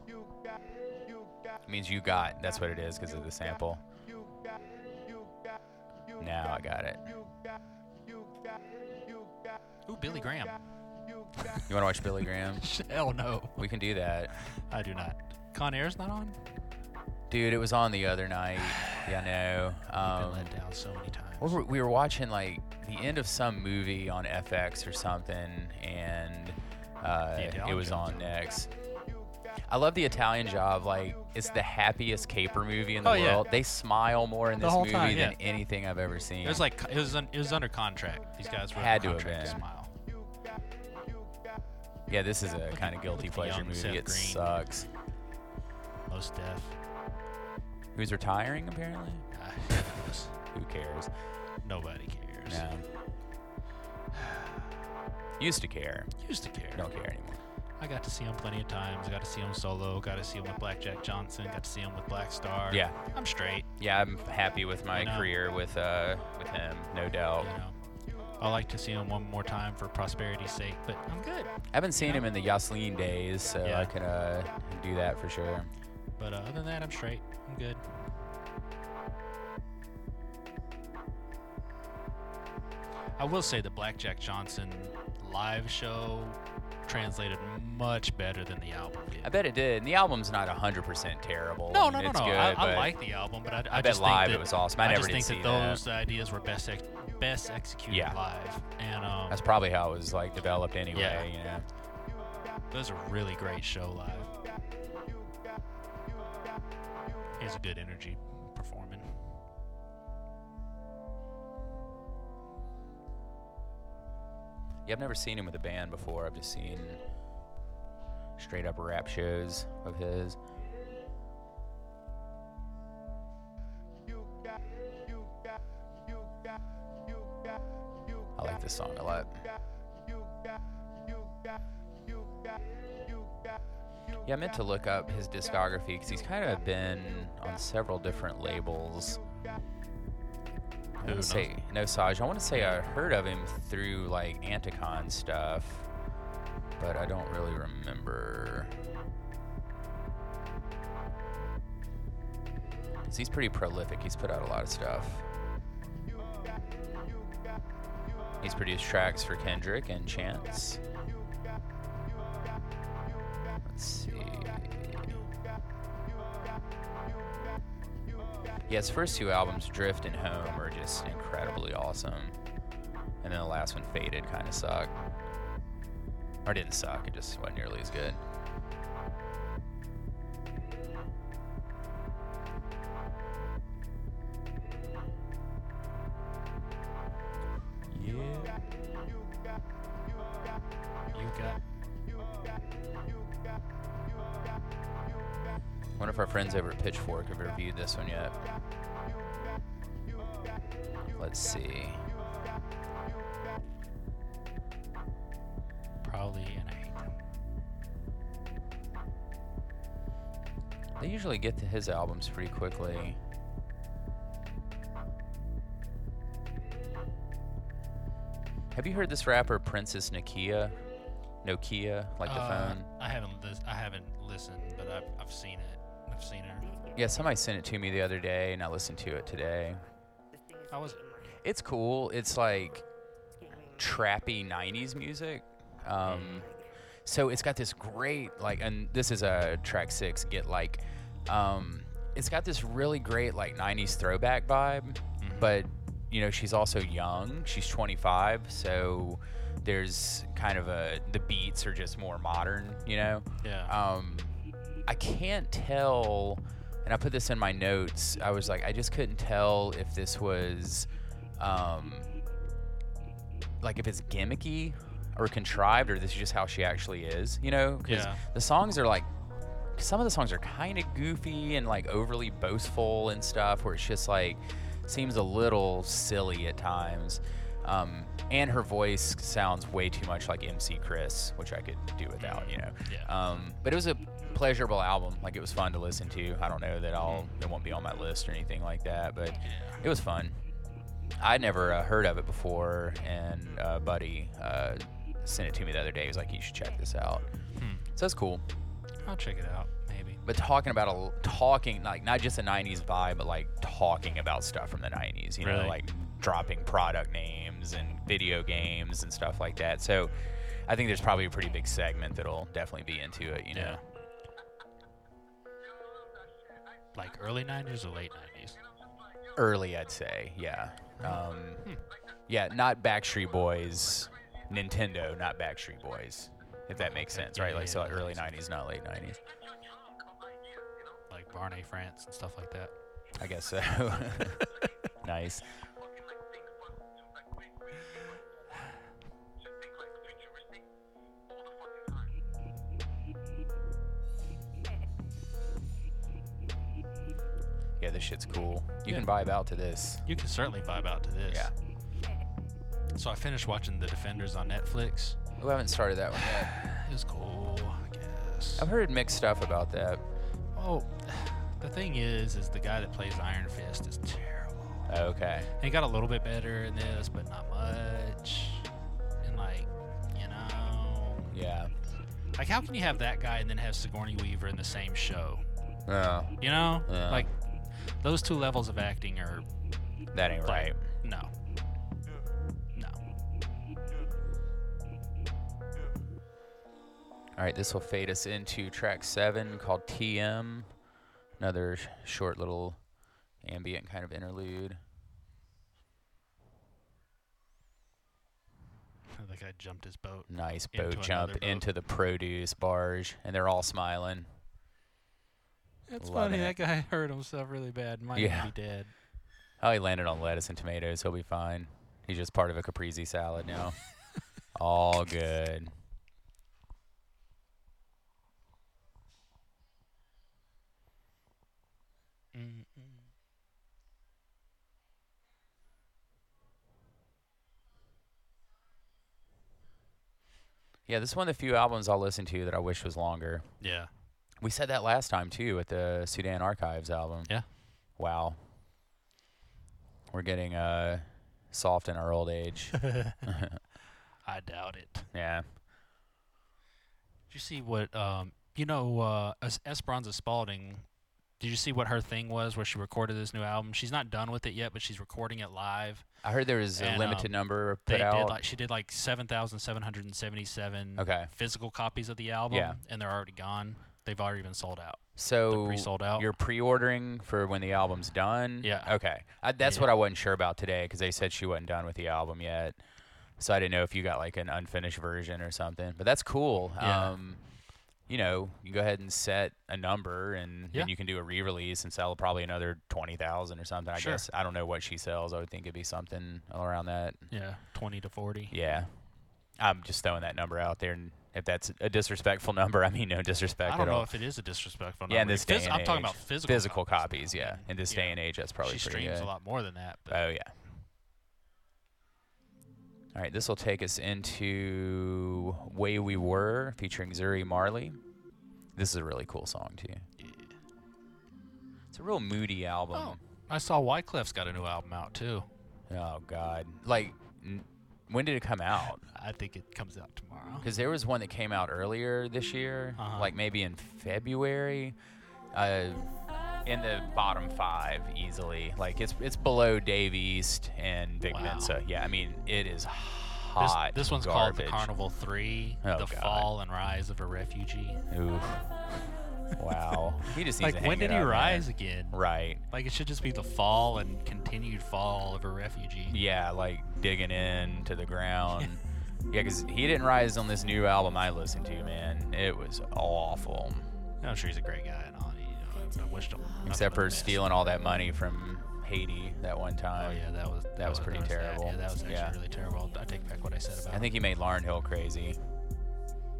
Speaker 2: It means you got. That's what it is because of the sample. Now I got it.
Speaker 1: Ooh, Billy Graham.
Speaker 2: You want to watch Billy Graham?
Speaker 1: Hell no.
Speaker 2: We can do that.
Speaker 1: I do not. Con Air's not on?
Speaker 2: Dude, it was on the other night. Yeah, I
Speaker 1: I've
Speaker 2: know.
Speaker 1: been
Speaker 2: Um,
Speaker 1: let down so many times.
Speaker 2: what were- we were watching like the end of some movie on FX or something, and uh,
Speaker 1: Italian
Speaker 2: it was
Speaker 1: Job.
Speaker 2: on next. I love the Italian Job. Like, it's the happiest caper movie in the
Speaker 1: Oh, yeah.
Speaker 2: world. They smile more in
Speaker 1: The
Speaker 2: this
Speaker 1: whole
Speaker 2: movie
Speaker 1: time,
Speaker 2: than
Speaker 1: yeah.
Speaker 2: anything I've ever seen.
Speaker 1: It was like it was un, it was under contract. These guys were
Speaker 2: Had to
Speaker 1: under
Speaker 2: have
Speaker 1: contract to
Speaker 2: been.
Speaker 1: smile.
Speaker 2: yeah, this is a kind of guilty
Speaker 1: look at
Speaker 2: pleasure
Speaker 1: young
Speaker 2: movie.
Speaker 1: Seth
Speaker 2: it
Speaker 1: Green.
Speaker 2: sucks.
Speaker 1: Most deaf.
Speaker 2: Who's retiring apparently?
Speaker 1: Ah, who knows?
Speaker 2: Who cares?
Speaker 1: Nobody cares.
Speaker 2: No. Used to care.
Speaker 1: Used to care.
Speaker 2: Don't care anymore.
Speaker 1: I got to see him plenty of times. I got to see him solo. Got to see him with Blackjack Johnson. Got to see him with Black Star.
Speaker 2: Yeah.
Speaker 1: I'm straight.
Speaker 2: Yeah, I'm happy with my
Speaker 1: I know.
Speaker 2: career with uh with him, no doubt.
Speaker 1: You know. I like to see him one more time for prosperity's sake, but I'm good.
Speaker 2: I haven't seen him in the Yasleen days, so I
Speaker 1: Yeah.
Speaker 2: can uh, do that for sure.
Speaker 1: But uh, other than that, I'm straight. I'm good. I will say the Blackjack Johnson live show translated much better than the album did.
Speaker 2: I bet it did. And the album's not 100% terrible.
Speaker 1: no,
Speaker 2: and
Speaker 1: no, no,
Speaker 2: it's
Speaker 1: no.
Speaker 2: Good,
Speaker 1: I, I
Speaker 2: but
Speaker 1: like the album, but I, I,
Speaker 2: I bet
Speaker 1: just
Speaker 2: live
Speaker 1: think that,
Speaker 2: it was awesome. I, never
Speaker 1: just
Speaker 2: did
Speaker 1: think
Speaker 2: see
Speaker 1: that those ideas were best ex- best executed
Speaker 2: Yeah.
Speaker 1: live, and um,
Speaker 2: That's probably how it was like developed anyway.
Speaker 1: Yeah.
Speaker 2: You know,
Speaker 1: that was a really great show live. He has a good energy performing.
Speaker 2: yeah, I've never seen him with a band before. I've just seen straight up rap shows of his. I like this song a lot. Yeah, I meant to look up his discography because he's kind of been on several different labels. I
Speaker 1: Who
Speaker 2: want to say no, Saj. I want to say I heard of him through like Anticon stuff, but I don't really remember. 'Cause He's pretty prolific. He's put out a lot of stuff. He's produced tracks for Kendrick and Chance. Let's see. Yeah, his first two albums, Drift and Home, are just incredibly awesome. And then the last one, Faded, kind of sucked. Or didn't suck, it just wasn't nearly as good. Yeah.
Speaker 1: You got
Speaker 2: One of our friends over at Pitchfork have reviewed this one yet. Let's see.
Speaker 1: probably and I hate them.
Speaker 2: They usually get to his albums pretty quickly. Have you heard this rapper Princess Nokia? Nokia, like the
Speaker 1: Uh,
Speaker 2: phone.
Speaker 1: I haven't lis- I haven't listened, but I've, I've seen it. I've seen her.
Speaker 2: Yeah, somebody sent it to me the other day, and I listened to it today.
Speaker 1: How was it?
Speaker 2: It's cool. It's like trappy '90s music. Um, so it's got this great like, and this is a track six. Get like, um, it's got this really great like '90s throwback vibe, Mm-hmm. but you know she's also young. She's 25, so there's kind of a the beats are just more modern. You know.
Speaker 1: Yeah.
Speaker 2: Um, I can't tell, and I put this in my notes. I was like, I just couldn't tell if this was, um, like, if it's gimmicky or contrived, or this is just how she actually is, you know? 'Cause
Speaker 1: Yeah.
Speaker 2: the songs are like, some of the songs are kind of goofy and like overly boastful and stuff, where it's just like, seems a little silly at times. Um, and her voice sounds way too much like MC Chris, which I could do without, you know.
Speaker 1: Yeah.
Speaker 2: Um, but it was a pleasurable album. Like it was fun to listen to. I don't know that I'll it won't be on my list or anything like that, but it was fun. I'd never uh, heard of it before, and uh, buddy uh, sent it to me the other day. He was like, "You should check this out." So that's cool.
Speaker 1: I'll check it out. Maybe.
Speaker 2: But talking about a l- talking like not just a '90s vibe, but like talking about stuff from the '90s. You know,
Speaker 1: Really?
Speaker 2: like dropping product names and video games and stuff like that. So I think there's probably a pretty big segment that'll definitely be into it. You know.
Speaker 1: Yeah. Like early '90s or late '90s.
Speaker 2: early, I'd say. Yeah. Um, Yeah, not Backstreet Boys, Nintendo, not Backstreet Boys, if that makes sense, right? Like, so like early 90s, not late 90s.
Speaker 1: Like Barney France and stuff like that.
Speaker 2: I guess so. nice. Yeah, this shit's cool. You can vibe out to this.
Speaker 1: You can certainly vibe out to this.
Speaker 2: Yeah.
Speaker 1: So I finished watching The Defenders on Netflix.
Speaker 2: Oh, I haven't started that one yet.
Speaker 1: It was cool, I guess.
Speaker 2: I've heard mixed stuff about that.
Speaker 1: Oh, the thing is, is the guy that plays Iron Fist is terrible.
Speaker 2: Okay.
Speaker 1: And he got a little bit better in this, but not much. And like, you know,
Speaker 2: Yeah.
Speaker 1: like how can you have that guy and then have Sigourney Weaver in the same show?
Speaker 2: No,
Speaker 1: You know,
Speaker 2: Yeah.
Speaker 1: like those two levels of acting are
Speaker 2: that ain't right.
Speaker 1: no, no.
Speaker 2: All right, this will fade us into track seven called TM. Another sh- short little ambient kind of interlude.
Speaker 1: The guy jumped his boat.
Speaker 2: Nice boat
Speaker 1: Into
Speaker 2: jump
Speaker 1: another boat.
Speaker 2: into the produce barge, and they're all smiling.
Speaker 1: It's
Speaker 2: Loving
Speaker 1: funny
Speaker 2: it.
Speaker 1: that guy hurt himself really bad. Might
Speaker 2: Yeah.
Speaker 1: be dead.
Speaker 2: Oh, he landed on lettuce and tomatoes. He'll be fine. He's just part of a caprese salad now. all good.
Speaker 1: Mm.
Speaker 2: Yeah, this is one of the few albums I'll listen to that I wish was longer.
Speaker 1: Yeah.
Speaker 2: We said that last time too at the Sudan Archives album.
Speaker 1: Yeah.
Speaker 2: Wow. We're getting uh soft in our old age.
Speaker 1: I doubt it. Did
Speaker 2: yeah.
Speaker 1: you see what um you know uh Es- Esperanza Spalding did you see what her thing was where she recorded this new album? She's not done with it yet, but she's recording it live.
Speaker 2: I heard there was a
Speaker 1: And,
Speaker 2: limited
Speaker 1: um,
Speaker 2: number
Speaker 1: They
Speaker 2: put
Speaker 1: did
Speaker 2: out.
Speaker 1: like she did like 7,777
Speaker 2: Okay.
Speaker 1: physical copies of the album
Speaker 2: Yeah.
Speaker 1: and they're already gone. They've already been sold out.
Speaker 2: so
Speaker 1: pre-sold out.
Speaker 2: you're pre-ordering for when the album's done.
Speaker 1: Yeah.
Speaker 2: Okay. I, that's
Speaker 1: Yeah.
Speaker 2: what I wasn't sure about today because they said she wasn't done with the album yet. So I didn't know if you got like an unfinished version or something. But that's cool.
Speaker 1: Yeah.
Speaker 2: Um you know, you go ahead and set a number and
Speaker 1: Yeah.
Speaker 2: then you can do a re-release and sell probably another 20,000 or something. I
Speaker 1: Sure.
Speaker 2: guess I don't know what she sells. I would think it'd be something around that.
Speaker 1: Yeah, 20 to 40.
Speaker 2: Yeah. I'm just throwing that number out there and if that's a disrespectful number, I mean no disrespect
Speaker 1: I don't
Speaker 2: at all.
Speaker 1: know if it is a disrespectful number.
Speaker 2: Yeah, in this day
Speaker 1: Phys-
Speaker 2: and
Speaker 1: I'm talking
Speaker 2: age.
Speaker 1: about physical
Speaker 2: copies. Yeah, in this
Speaker 1: you
Speaker 2: day
Speaker 1: know,
Speaker 2: and age, that's probably
Speaker 1: She
Speaker 2: pretty
Speaker 1: streams
Speaker 2: good.
Speaker 1: a lot more than that, but
Speaker 2: Oh yeah. All right, this will take us into "Way We Were" featuring Zuri Marley. This is a really cool song too. It's a real moody
Speaker 1: oh,
Speaker 2: album.
Speaker 1: I saw Wyclef's got a new album out too.
Speaker 2: Oh, God, like n- When did it come out?
Speaker 1: I think it comes out tomorrow.
Speaker 2: Because there was one that came out earlier this year,
Speaker 1: Uh-huh.
Speaker 2: like maybe in February, uh, in the bottom five easily. Like it's it's below Dave East and Vic
Speaker 1: Wow.
Speaker 2: Mensa. Yeah, I mean it is
Speaker 1: This,
Speaker 2: hot.
Speaker 1: this one's called
Speaker 2: garbage.
Speaker 1: The Carnival 3
Speaker 2: Oh,
Speaker 1: The
Speaker 2: God.
Speaker 1: Fall and Rise of a Refugee.
Speaker 2: Oof. Wow. He just
Speaker 1: Like,
Speaker 2: needs to
Speaker 1: when
Speaker 2: hang
Speaker 1: did
Speaker 2: it
Speaker 1: he
Speaker 2: up, man.
Speaker 1: rise again?
Speaker 2: Right.
Speaker 1: Like, it should just be the fall and continued fall of a refugee.
Speaker 2: Yeah, like digging in to the ground. yeah, because he didn't rise on this new album I listened to, man. It was awful.
Speaker 1: I'm sure he's a great guy and all. You know, I wished him. nothing
Speaker 2: Except
Speaker 1: but
Speaker 2: for
Speaker 1: the best.
Speaker 2: stealing all that money from Haiti that one
Speaker 1: Oh
Speaker 2: time.
Speaker 1: yeah, that was that,
Speaker 2: was pretty
Speaker 1: that bad.
Speaker 2: terrible.
Speaker 1: Yeah, that was actually
Speaker 2: Yeah.
Speaker 1: really terrible. I take back what I said about.
Speaker 2: I think he made Lauren Hill crazy.
Speaker 1: him.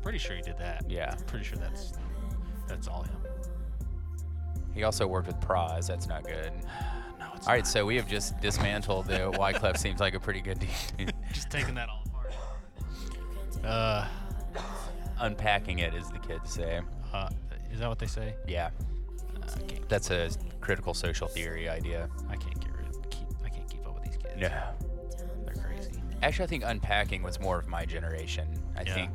Speaker 1: pretty sure he did that.
Speaker 2: Yeah.
Speaker 1: pretty sure that's that's all him.
Speaker 2: He also worked with Proz. That's not good.
Speaker 1: No, it's not.
Speaker 2: All right, so we have just dismantled the Wyclef. Seems like a pretty good deal.
Speaker 1: Just taking that all apart. Uh,
Speaker 2: Unpacking it, as the kids say.
Speaker 1: uh, is that what they say?
Speaker 2: Yeah,
Speaker 1: Uh, I can't.
Speaker 2: that's a critical social theory idea.
Speaker 1: I can't get rid. Keep, I can't keep up with these kids.
Speaker 2: No.
Speaker 1: they're crazy.
Speaker 2: Actually, I think unpacking was more of my generation. I
Speaker 1: Yeah.
Speaker 2: think,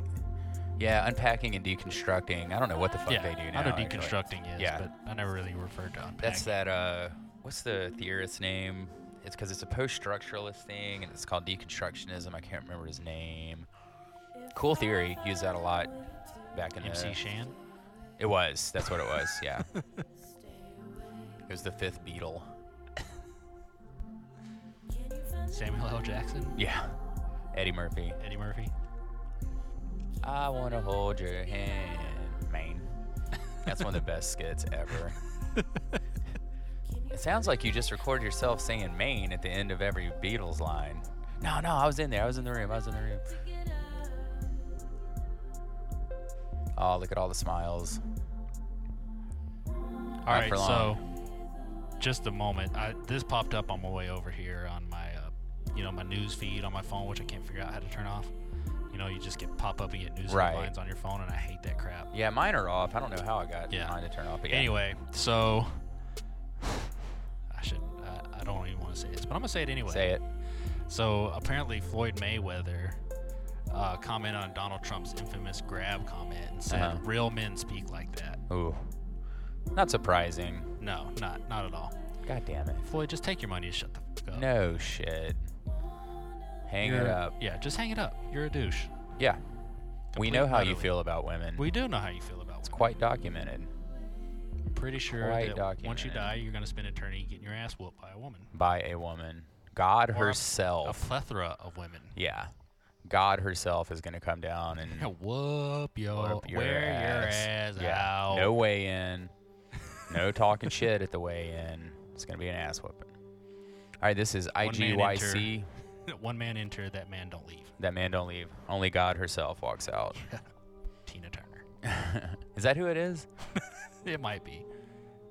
Speaker 2: yeah, unpacking and deconstructing. I don't know what the fuck
Speaker 1: yeah,
Speaker 2: they do now.
Speaker 1: I know
Speaker 2: actually.
Speaker 1: deconstructing is,
Speaker 2: Yeah.
Speaker 1: but I never really referred to unpacking.
Speaker 2: That's that. Uh, what's the theorist's name? It's because it's a post-structuralist thing, and it's called deconstructionism. I can't remember his name. Cool theory. Used that a lot back in
Speaker 1: MC
Speaker 2: the.
Speaker 1: Uh, Shan.
Speaker 2: It was. That's what it was. Yeah. it was the fifth Beatle.
Speaker 1: Samuel L. Jackson,
Speaker 2: Yeah. Eddie Murphy.
Speaker 1: Eddie Murphy.
Speaker 2: I want to hold your hand, man. That's one of the best skits ever. it sounds like you just record yourself saying Maine at the end of every Beatles line. No, no, I was in there. I was in the room. I was in the room. Oh, look at all the smiles.
Speaker 1: All
Speaker 2: Not
Speaker 1: right,
Speaker 2: for
Speaker 1: so just a moment. I, this popped up on my way over here on my, uh, you know, my news feed on my phone, which I can't figure out how to turn off. You know, you just get pop up and get news
Speaker 2: Right.
Speaker 1: headlines on your phone, and I hate that crap.
Speaker 2: Yeah, mine are off. I don't know how I got
Speaker 1: Yeah.
Speaker 2: mine to turn off. But yeah.
Speaker 1: Anyway, so I should, I, I don't even want to say this, but I'm gonna say it anyway.
Speaker 2: say it.
Speaker 1: So apparently, Floyd Mayweather uh, commented on Donald Trump's infamous grab comment and said,
Speaker 2: Uh-huh.
Speaker 1: "Real men speak like that."
Speaker 2: Ooh, not surprising.
Speaker 1: No, not not at all.
Speaker 2: God damn it.
Speaker 1: Floyd, just take your money and shut the fuck up.
Speaker 2: No shit. Hang it
Speaker 1: You're-
Speaker 2: up.
Speaker 1: Yeah, just hang it up. You're a douche.
Speaker 2: Yeah. We
Speaker 1: Complete-
Speaker 2: know how you
Speaker 1: literally.
Speaker 2: feel about women.
Speaker 1: We do know how you feel about
Speaker 2: It's
Speaker 1: women.
Speaker 2: quite documented
Speaker 1: I'm pretty sure
Speaker 2: quite
Speaker 1: that once you
Speaker 2: documented.
Speaker 1: die, you're going to spend eternity getting your ass whooped by a woman.
Speaker 2: by a woman. God
Speaker 1: Or a- A
Speaker 2: herself.
Speaker 1: plethora of women.
Speaker 2: yeah. God herself is going to come down and
Speaker 1: Yeah, whoop yo,
Speaker 2: whoop your
Speaker 1: wear
Speaker 2: ass.
Speaker 1: your ass out.
Speaker 2: No weigh in. No talking shit at the weigh in. It's going to be an ass whooping. All right, this is
Speaker 1: man enter.
Speaker 2: IGYC.
Speaker 1: One man enter, that man don't leave.
Speaker 2: That man don't leave. Only God herself walks out.
Speaker 1: Tina Turner.
Speaker 2: is that who it is?
Speaker 1: It might be.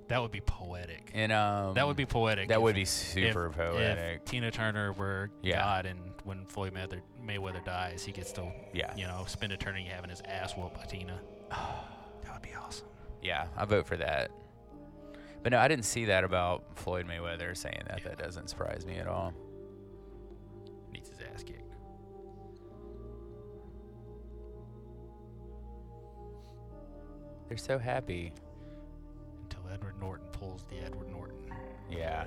Speaker 1: That would be poetic.
Speaker 2: And um
Speaker 1: that would be poetic.
Speaker 2: that
Speaker 1: if-
Speaker 2: would be
Speaker 1: if-
Speaker 2: super
Speaker 1: if
Speaker 2: poetic.
Speaker 1: Tina Turner were
Speaker 2: Yeah.
Speaker 1: God, and when Floyd Mayweather, Mayweather dies, he gets to,
Speaker 2: Yeah.
Speaker 1: you know, spend eternity having his ass whooped by Tina. that would be awesome.
Speaker 2: Yeah, I vote for that. But no, I didn't see that about Floyd Mayweather saying that. That doesn't surprise me at all.
Speaker 1: Needs his ass kicked.
Speaker 2: They're so happy.
Speaker 1: until Edward Norton pulls the Edward Norton.
Speaker 2: Yeah.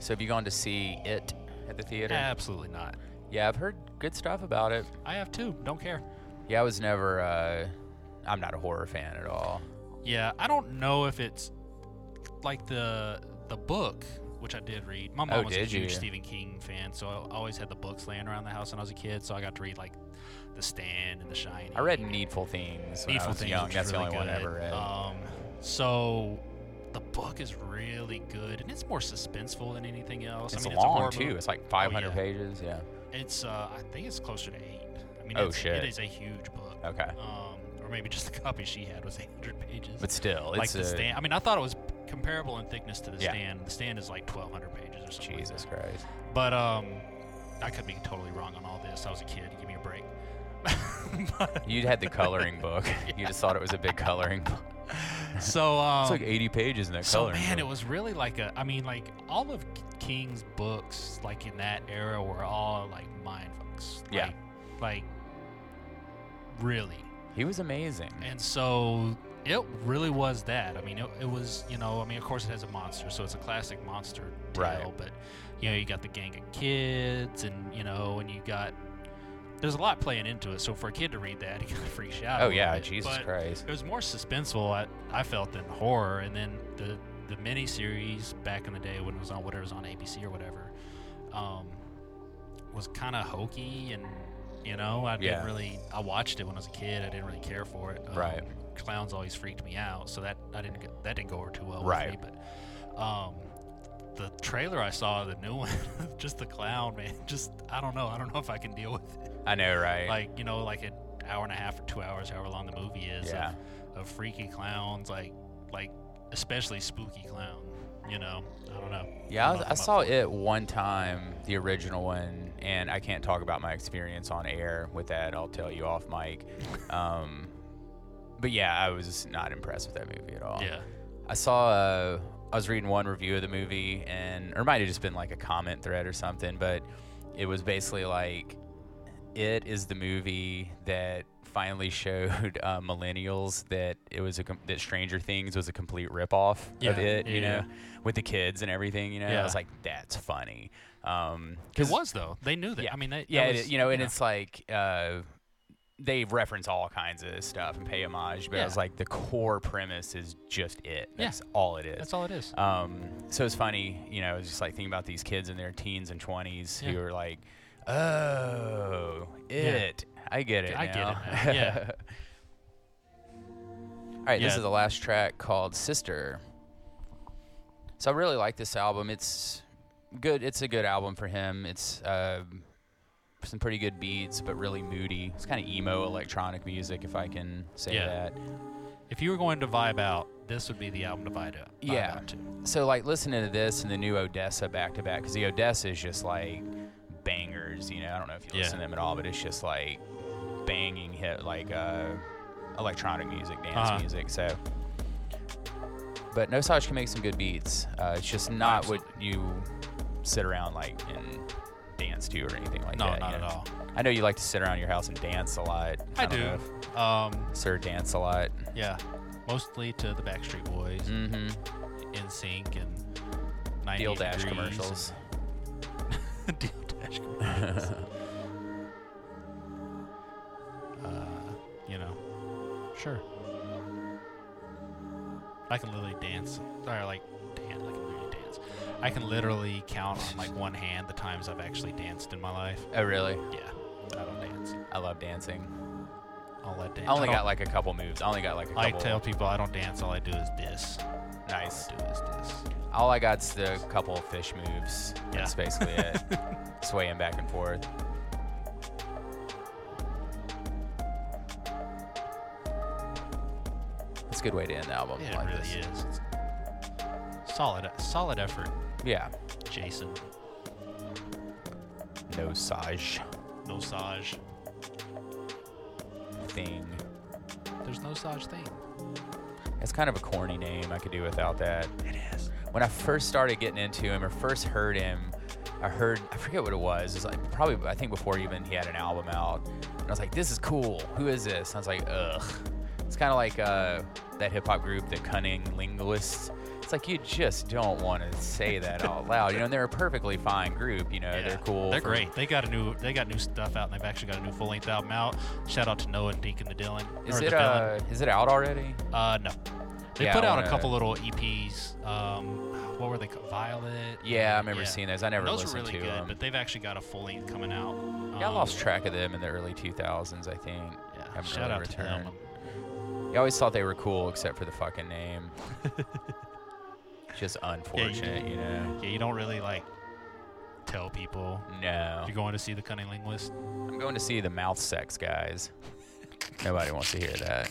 Speaker 2: So have you gone to see it at the theater?
Speaker 1: Absolutely not.
Speaker 2: Yeah, I've heard good stuff about it.
Speaker 1: I have two. Don't care.
Speaker 2: Yeah, I was never. Uh, I'm not a horror fan at all.
Speaker 1: Yeah, I don't know if it's like the the book, which I did read. My mom
Speaker 2: Oh,
Speaker 1: was a
Speaker 2: did
Speaker 1: huge
Speaker 2: you?
Speaker 1: Stephen King fan, so I always had the books laying around the house when I was a kid. So I got to read like The Stand and The Shining.
Speaker 2: I read Needful Things. When I
Speaker 1: Needful
Speaker 2: was
Speaker 1: Things.
Speaker 2: Young.
Speaker 1: which
Speaker 2: That's
Speaker 1: is
Speaker 2: the
Speaker 1: really
Speaker 2: only one I
Speaker 1: good.
Speaker 2: ever read.
Speaker 1: Um, so the book is really good, and it's more suspenseful than anything else.
Speaker 2: it's
Speaker 1: I mean, it's a
Speaker 2: long
Speaker 1: horror
Speaker 2: too.
Speaker 1: movie. Oh,
Speaker 2: It's like 500
Speaker 1: yeah.
Speaker 2: pages. Yeah.
Speaker 1: It's uh, I think it's closer to eight. I mean,
Speaker 2: Oh,
Speaker 1: it's,
Speaker 2: shit.
Speaker 1: it is a huge book.
Speaker 2: Okay.
Speaker 1: um, or maybe just the copy she had was 800 pages.
Speaker 2: But still,
Speaker 1: like
Speaker 2: it's
Speaker 1: the
Speaker 2: a,
Speaker 1: stand. I mean, I thought it was comparable in thickness to the
Speaker 2: Yeah.
Speaker 1: stand. The stand is like 1,200 pages or something. like
Speaker 2: Jesus
Speaker 1: that.
Speaker 2: Christ.
Speaker 1: But um, I could be totally wrong on all this. I was a kid. Give me a break. But-
Speaker 2: You had the coloring book. You just thought it was a big coloring book.
Speaker 1: so um,
Speaker 2: It's like 80 pages in that
Speaker 1: so
Speaker 2: coloring
Speaker 1: man,
Speaker 2: book.
Speaker 1: it was really like a. I mean, like all of K- King's books, like in that era, were all like mind fucks.
Speaker 2: Yeah.
Speaker 1: Like, like really.
Speaker 2: He was amazing.
Speaker 1: And so it really was that. I mean, it, it was, you know, I mean, of course it has a monster, so it's a classic monster tale,
Speaker 2: Right.
Speaker 1: but you know, you got the gang of kids and, you know, and you got there's a lot playing into it. So for a kid to read that, he kind of freaks out. a
Speaker 2: Oh
Speaker 1: little
Speaker 2: yeah,
Speaker 1: bit,
Speaker 2: Jesus
Speaker 1: but
Speaker 2: Christ.
Speaker 1: It was more suspenseful I, I felt than horror and then the the miniseries back in the day when it was on whatever was on ABC or whatever um, was kind of hokey and you know I
Speaker 2: Yeah.
Speaker 1: didn't really I watched it when I was a kid I didn't really care for it um,
Speaker 2: Right.
Speaker 1: clowns always freaked me out so that I didn't get- that didn't go over too well
Speaker 2: Right.
Speaker 1: with me but um, the trailer I saw the new one just the clown man just I don't know I don't know if I can deal with it
Speaker 2: I know, right?
Speaker 1: like you know like an hour and a half or two hours however long the movie is of-
Speaker 2: yeah.
Speaker 1: of freaky clowns, like like especially spooky clown. You know, I don't know.
Speaker 2: Yeah, I,
Speaker 1: I'm
Speaker 2: was-
Speaker 1: not
Speaker 2: I
Speaker 1: the
Speaker 2: saw
Speaker 1: muffler.
Speaker 2: it one time, the original one, and I can't talk about my experience on air with that. I'll tell you off mic. Um, but yeah, I was not impressed with that movie at all.
Speaker 1: Yeah,
Speaker 2: I saw. Uh, I was reading one review of the movie, and or it might have just been like a comment thread or something, but it was basically like, it is the movie that finally showed uh, millennials that it was a com- that Stranger Things was a complete ripoff
Speaker 1: Yeah,
Speaker 2: of it, you
Speaker 1: yeah.
Speaker 2: know, with the kids and everything. You know, I was
Speaker 1: Yeah.
Speaker 2: like, that's funny. Um,
Speaker 1: it was though. They knew that.
Speaker 2: yeah.
Speaker 1: I mean, they, that
Speaker 2: yeah, it-
Speaker 1: was,
Speaker 2: you know, and it's like uh, they reference all kinds of stuff and pay homage, but
Speaker 1: Yeah.
Speaker 2: it's like the core premise is just it.
Speaker 1: Yeah.
Speaker 2: That's all it is.
Speaker 1: that's all it is.
Speaker 2: Um, so it's funny, you know, just like thinking about these kids in their teens and 20s who
Speaker 1: Yeah.
Speaker 2: are like, oh, it. I get it.
Speaker 1: I get it
Speaker 2: now."
Speaker 1: now, yeah.
Speaker 2: All right, this
Speaker 1: Yeah.
Speaker 2: is the last track called Sister. So I really like this album. It's good. It's a good album for him. It's uh, some pretty good beats, but really moody. It's kind of emo electronic music, if I can say
Speaker 1: Yeah.
Speaker 2: that.
Speaker 1: If you were going to vibe out, this would be the album to vibe out. vibe
Speaker 2: Yeah.
Speaker 1: out to.
Speaker 2: so like listening to this and the new Odessa back to back because the Odessa is just like bangers. You know, I don't know if you
Speaker 1: Yeah.
Speaker 2: listen to them at all, but it's just like banging hit like uh, electronic music, dance
Speaker 1: Uh-huh.
Speaker 2: music. So, but No Saj can make some good beats. Uh, it's just not what you sit around like and dance to or anything like
Speaker 1: No,
Speaker 2: that. you
Speaker 1: not at
Speaker 2: know?
Speaker 1: all.
Speaker 2: I know you like to sit around your house and dance a lot.
Speaker 1: I,
Speaker 2: don't know
Speaker 1: do.
Speaker 2: if-
Speaker 1: Um,
Speaker 2: Sir dance a lot.
Speaker 1: yeah, mostly to the Backstreet Boys,
Speaker 2: Mm-hmm.
Speaker 1: In Sync, and 98
Speaker 2: Deal dash
Speaker 1: Degrees
Speaker 2: commercials.
Speaker 1: and Deal Dash commercials. uh, you know, sure. I can literally dance. Or like, dance. I can literally dance. I can literally count on like one hand the times I've actually danced in my life.
Speaker 2: Oh really?
Speaker 1: Yeah, I don't dance.
Speaker 2: I love dancing.
Speaker 1: I'll let dance.
Speaker 2: I only
Speaker 1: don't-
Speaker 2: got like a couple moves. I only got like a
Speaker 1: I
Speaker 2: couple.
Speaker 1: tell people I don't dance. All I do is this.
Speaker 2: nice.
Speaker 1: All I do is this.
Speaker 2: All I got's the couple of fish moves. That's
Speaker 1: Yeah.
Speaker 2: basically it. Swaying back and forth. It's a good way to end the album.
Speaker 1: Yeah, it
Speaker 2: like
Speaker 1: really
Speaker 2: this.
Speaker 1: is. It's solid, solid effort,
Speaker 2: Yeah.
Speaker 1: Jason.
Speaker 2: No saj
Speaker 1: No Saj.
Speaker 2: thing.
Speaker 1: There's no Saj thing.
Speaker 2: It's kind of a corny name. I could do without that.
Speaker 1: It is.
Speaker 2: when I first started getting into him or first heard him, I heard I forget what it was. It's like probably I think before even he had an album out. And I was like, this is cool. Who is this? And I was like, ugh. It's kind of like uh, that hip hop group, the Cunning Linguists. It's like you just don't want to say that out loud, you know. And they're a perfectly fine group, you know. They're cool.
Speaker 1: They're
Speaker 2: for-
Speaker 1: great. They got a new they got new stuff out and they've actually got a new full length album out. Shout out to Noah and Deacon the Dylan.
Speaker 2: Is
Speaker 1: or
Speaker 2: it
Speaker 1: the Dylan.
Speaker 2: uh, is it out already?
Speaker 1: uh no. They
Speaker 2: Yeah,
Speaker 1: put
Speaker 2: I
Speaker 1: out a
Speaker 2: wanna-
Speaker 1: couple little EPs. Um what were they called? Violet.
Speaker 2: Yeah, I remember
Speaker 1: Yeah.
Speaker 2: seeing those. I never
Speaker 1: Those are
Speaker 2: listened
Speaker 1: really
Speaker 2: to
Speaker 1: good,
Speaker 2: them.
Speaker 1: but they've actually got a full length coming out. Um,
Speaker 2: yeah, I lost track of them in the early 2000s, I think.
Speaker 1: yeah,
Speaker 2: Haven't
Speaker 1: shout
Speaker 2: really
Speaker 1: out
Speaker 2: returned.
Speaker 1: to them.
Speaker 2: You always thought they were cool, except for the fucking name. Just unfortunate, you know.
Speaker 1: Yeah, you don't really like tell people
Speaker 2: No,
Speaker 1: if you're going to see the Cunning Linguist.
Speaker 2: I'm going to see the mouth sex guys. Nobody wants to hear that.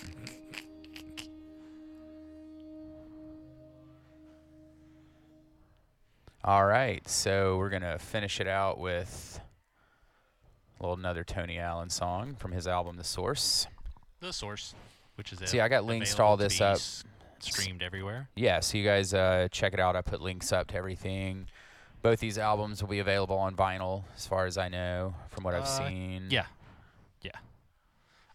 Speaker 2: All right, so we're gonna finish it out with a little another Tony Allen song from his album The Source.
Speaker 1: The source, which is
Speaker 2: See, I got links to all
Speaker 1: available
Speaker 2: this
Speaker 1: be
Speaker 2: up.
Speaker 1: s- Streamed everywhere.
Speaker 2: yeah, so you guys uh, check it out. I put links up to everything. Both these albums will be available on vinyl, as far as I know, from what
Speaker 1: Uh,
Speaker 2: I've seen.
Speaker 1: Yeah. Yeah.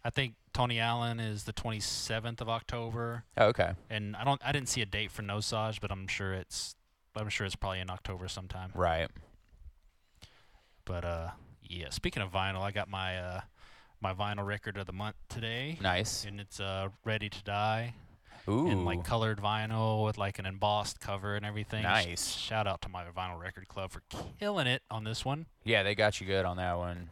Speaker 1: I think Tony Allen is the 27th of October,
Speaker 2: Oh, okay.
Speaker 1: and I don't I didn't see a date for Nosage, but I'm sure it's I'm sure it's probably in October sometime.
Speaker 2: Right.
Speaker 1: But uh yeah, speaking of vinyl, I got my uh my vinyl record of the month today.
Speaker 2: Nice.
Speaker 1: And it's uh Ready to Die
Speaker 2: Ooh.
Speaker 1: in like colored vinyl with like an embossed cover and everything. Sh-
Speaker 2: Nice.
Speaker 1: Shout out to my vinyl record club for killing it on this one.
Speaker 2: yeah, they got you good on that one.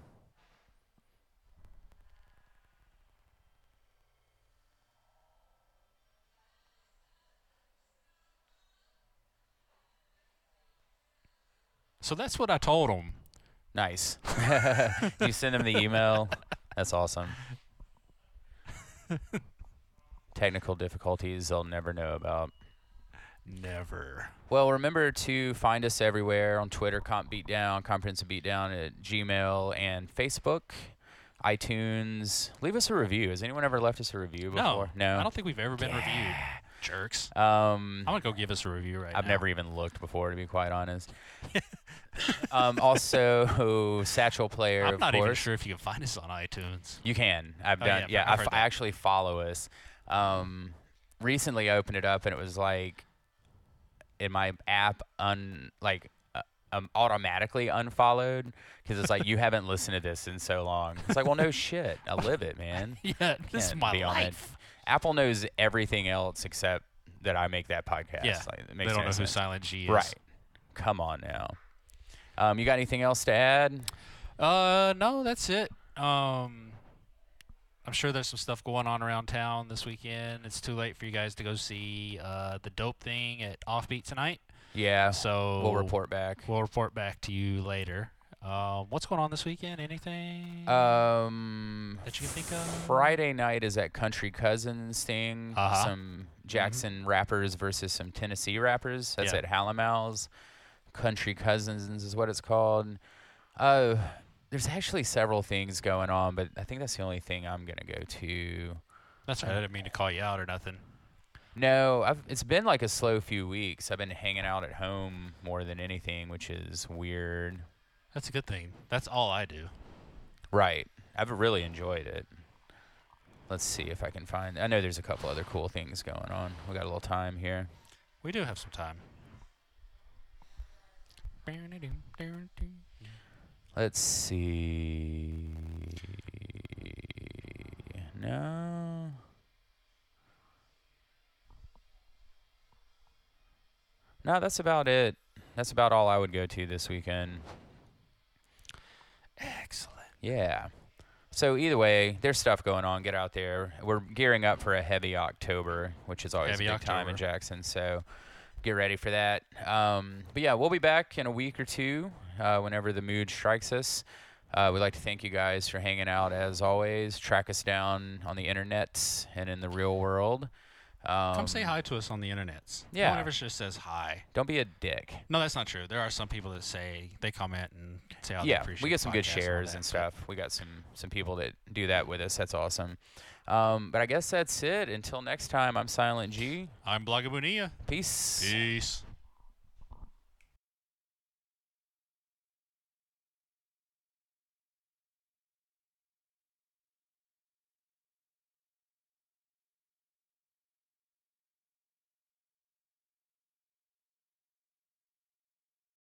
Speaker 1: So that's what I told him.
Speaker 2: Nice. you send them the email. That's awesome. Technical difficulties they'll never know about.
Speaker 1: Never.
Speaker 2: Well, remember to find us everywhere on Twitter, Comp Beatdown, Comprehensive Beatdown at Gmail and Facebook, iTunes. Leave us a review. Has anyone ever left us a review before?
Speaker 1: No, I don't think we've ever been reviewed. Jerks. I'm
Speaker 2: Um,
Speaker 1: gonna go give us a review right
Speaker 2: I've
Speaker 1: now.
Speaker 2: never even looked before, to be quite honest. um, also, Satchel Player,
Speaker 1: I'm
Speaker 2: of
Speaker 1: not
Speaker 2: course.
Speaker 1: even sure if you can find us on iTunes.
Speaker 2: You can. I've
Speaker 1: Oh, yeah,
Speaker 2: done.
Speaker 1: I've
Speaker 2: yeah, I
Speaker 1: heard
Speaker 2: f- I
Speaker 1: that.
Speaker 2: actually follow us. Um, recently, I opened it up and it was like in my app, un like uh, um, automatically unfollowed because it's like you haven't listened to this in so long. It's like, well, no shit, I live it, man.
Speaker 1: Yeah, this is
Speaker 2: Can't
Speaker 1: my
Speaker 2: be on it.
Speaker 1: life.
Speaker 2: Apple knows everything else except that I make that podcast.
Speaker 1: Yeah,
Speaker 2: like, it
Speaker 1: they
Speaker 2: makes
Speaker 1: don't
Speaker 2: no
Speaker 1: know who
Speaker 2: sense.
Speaker 1: Silent G is.
Speaker 2: Right. Come on now. Um, you got anything else to add?
Speaker 1: Uh, no, that's it. Um, I'm sure there's some stuff going on around town this weekend. It's too late for you guys to go see uh, the dope thing at Offbeat tonight.
Speaker 2: Yeah.
Speaker 1: So
Speaker 2: we'll report back.
Speaker 1: We'll report back to you later. Um, what's going on this weekend? Anything?
Speaker 2: Um,
Speaker 1: that you can think of?
Speaker 2: Friday night is that Country Cousins thing.
Speaker 1: Uh-huh.
Speaker 2: Some Jackson rappers versus some Tennessee rappers. That's
Speaker 1: Yeah.
Speaker 2: at Hallamals. Country Cousins is what it's called. Uh, there's actually several things going on, but I think that's the only thing I'm gonna go to.
Speaker 1: that's right. I didn't mean to call you out or nothing.
Speaker 2: No, I've, it's been like a slow few weeks. I've been hanging out at home more than anything, which is weird.
Speaker 1: That's a good thing. That's all I do.
Speaker 2: Right. I've really enjoyed it. Let's see if I can find. I know there's a couple other cool things going on. We got a little time here.
Speaker 1: We do have some time.
Speaker 2: Let's see. No. No, that's about it. That's about all I would go to this weekend.
Speaker 1: Excellent.
Speaker 2: Yeah. So either way, there's stuff going on. Get out there. We're gearing up for a heavy October, which is always
Speaker 1: Heavy
Speaker 2: a big time in
Speaker 1: October.
Speaker 2: Jackson. So get ready for that. Um, but yeah, we'll be back in a week or two, uh, whenever the mood strikes us. Uh, we'd like to thank you guys for hanging out as always. Track us down on the internet and in the real world. Um,
Speaker 1: Come say hi to us on the internets. No
Speaker 2: yeah.
Speaker 1: one ever just says hi.
Speaker 2: Don't be a dick.
Speaker 1: No, that's not true. There are some people that say they comment and say, "Oh, they
Speaker 2: yeah,
Speaker 1: appreciate
Speaker 2: we get
Speaker 1: the
Speaker 2: some good
Speaker 1: podcast all
Speaker 2: shares
Speaker 1: that,
Speaker 2: and
Speaker 1: but
Speaker 2: stuff. We got some some people that do that with us. That's awesome. Um, but I guess that's it. Until next time, I'm Silent G.
Speaker 1: I'm Blagabunia.
Speaker 2: Peace.
Speaker 1: Peace.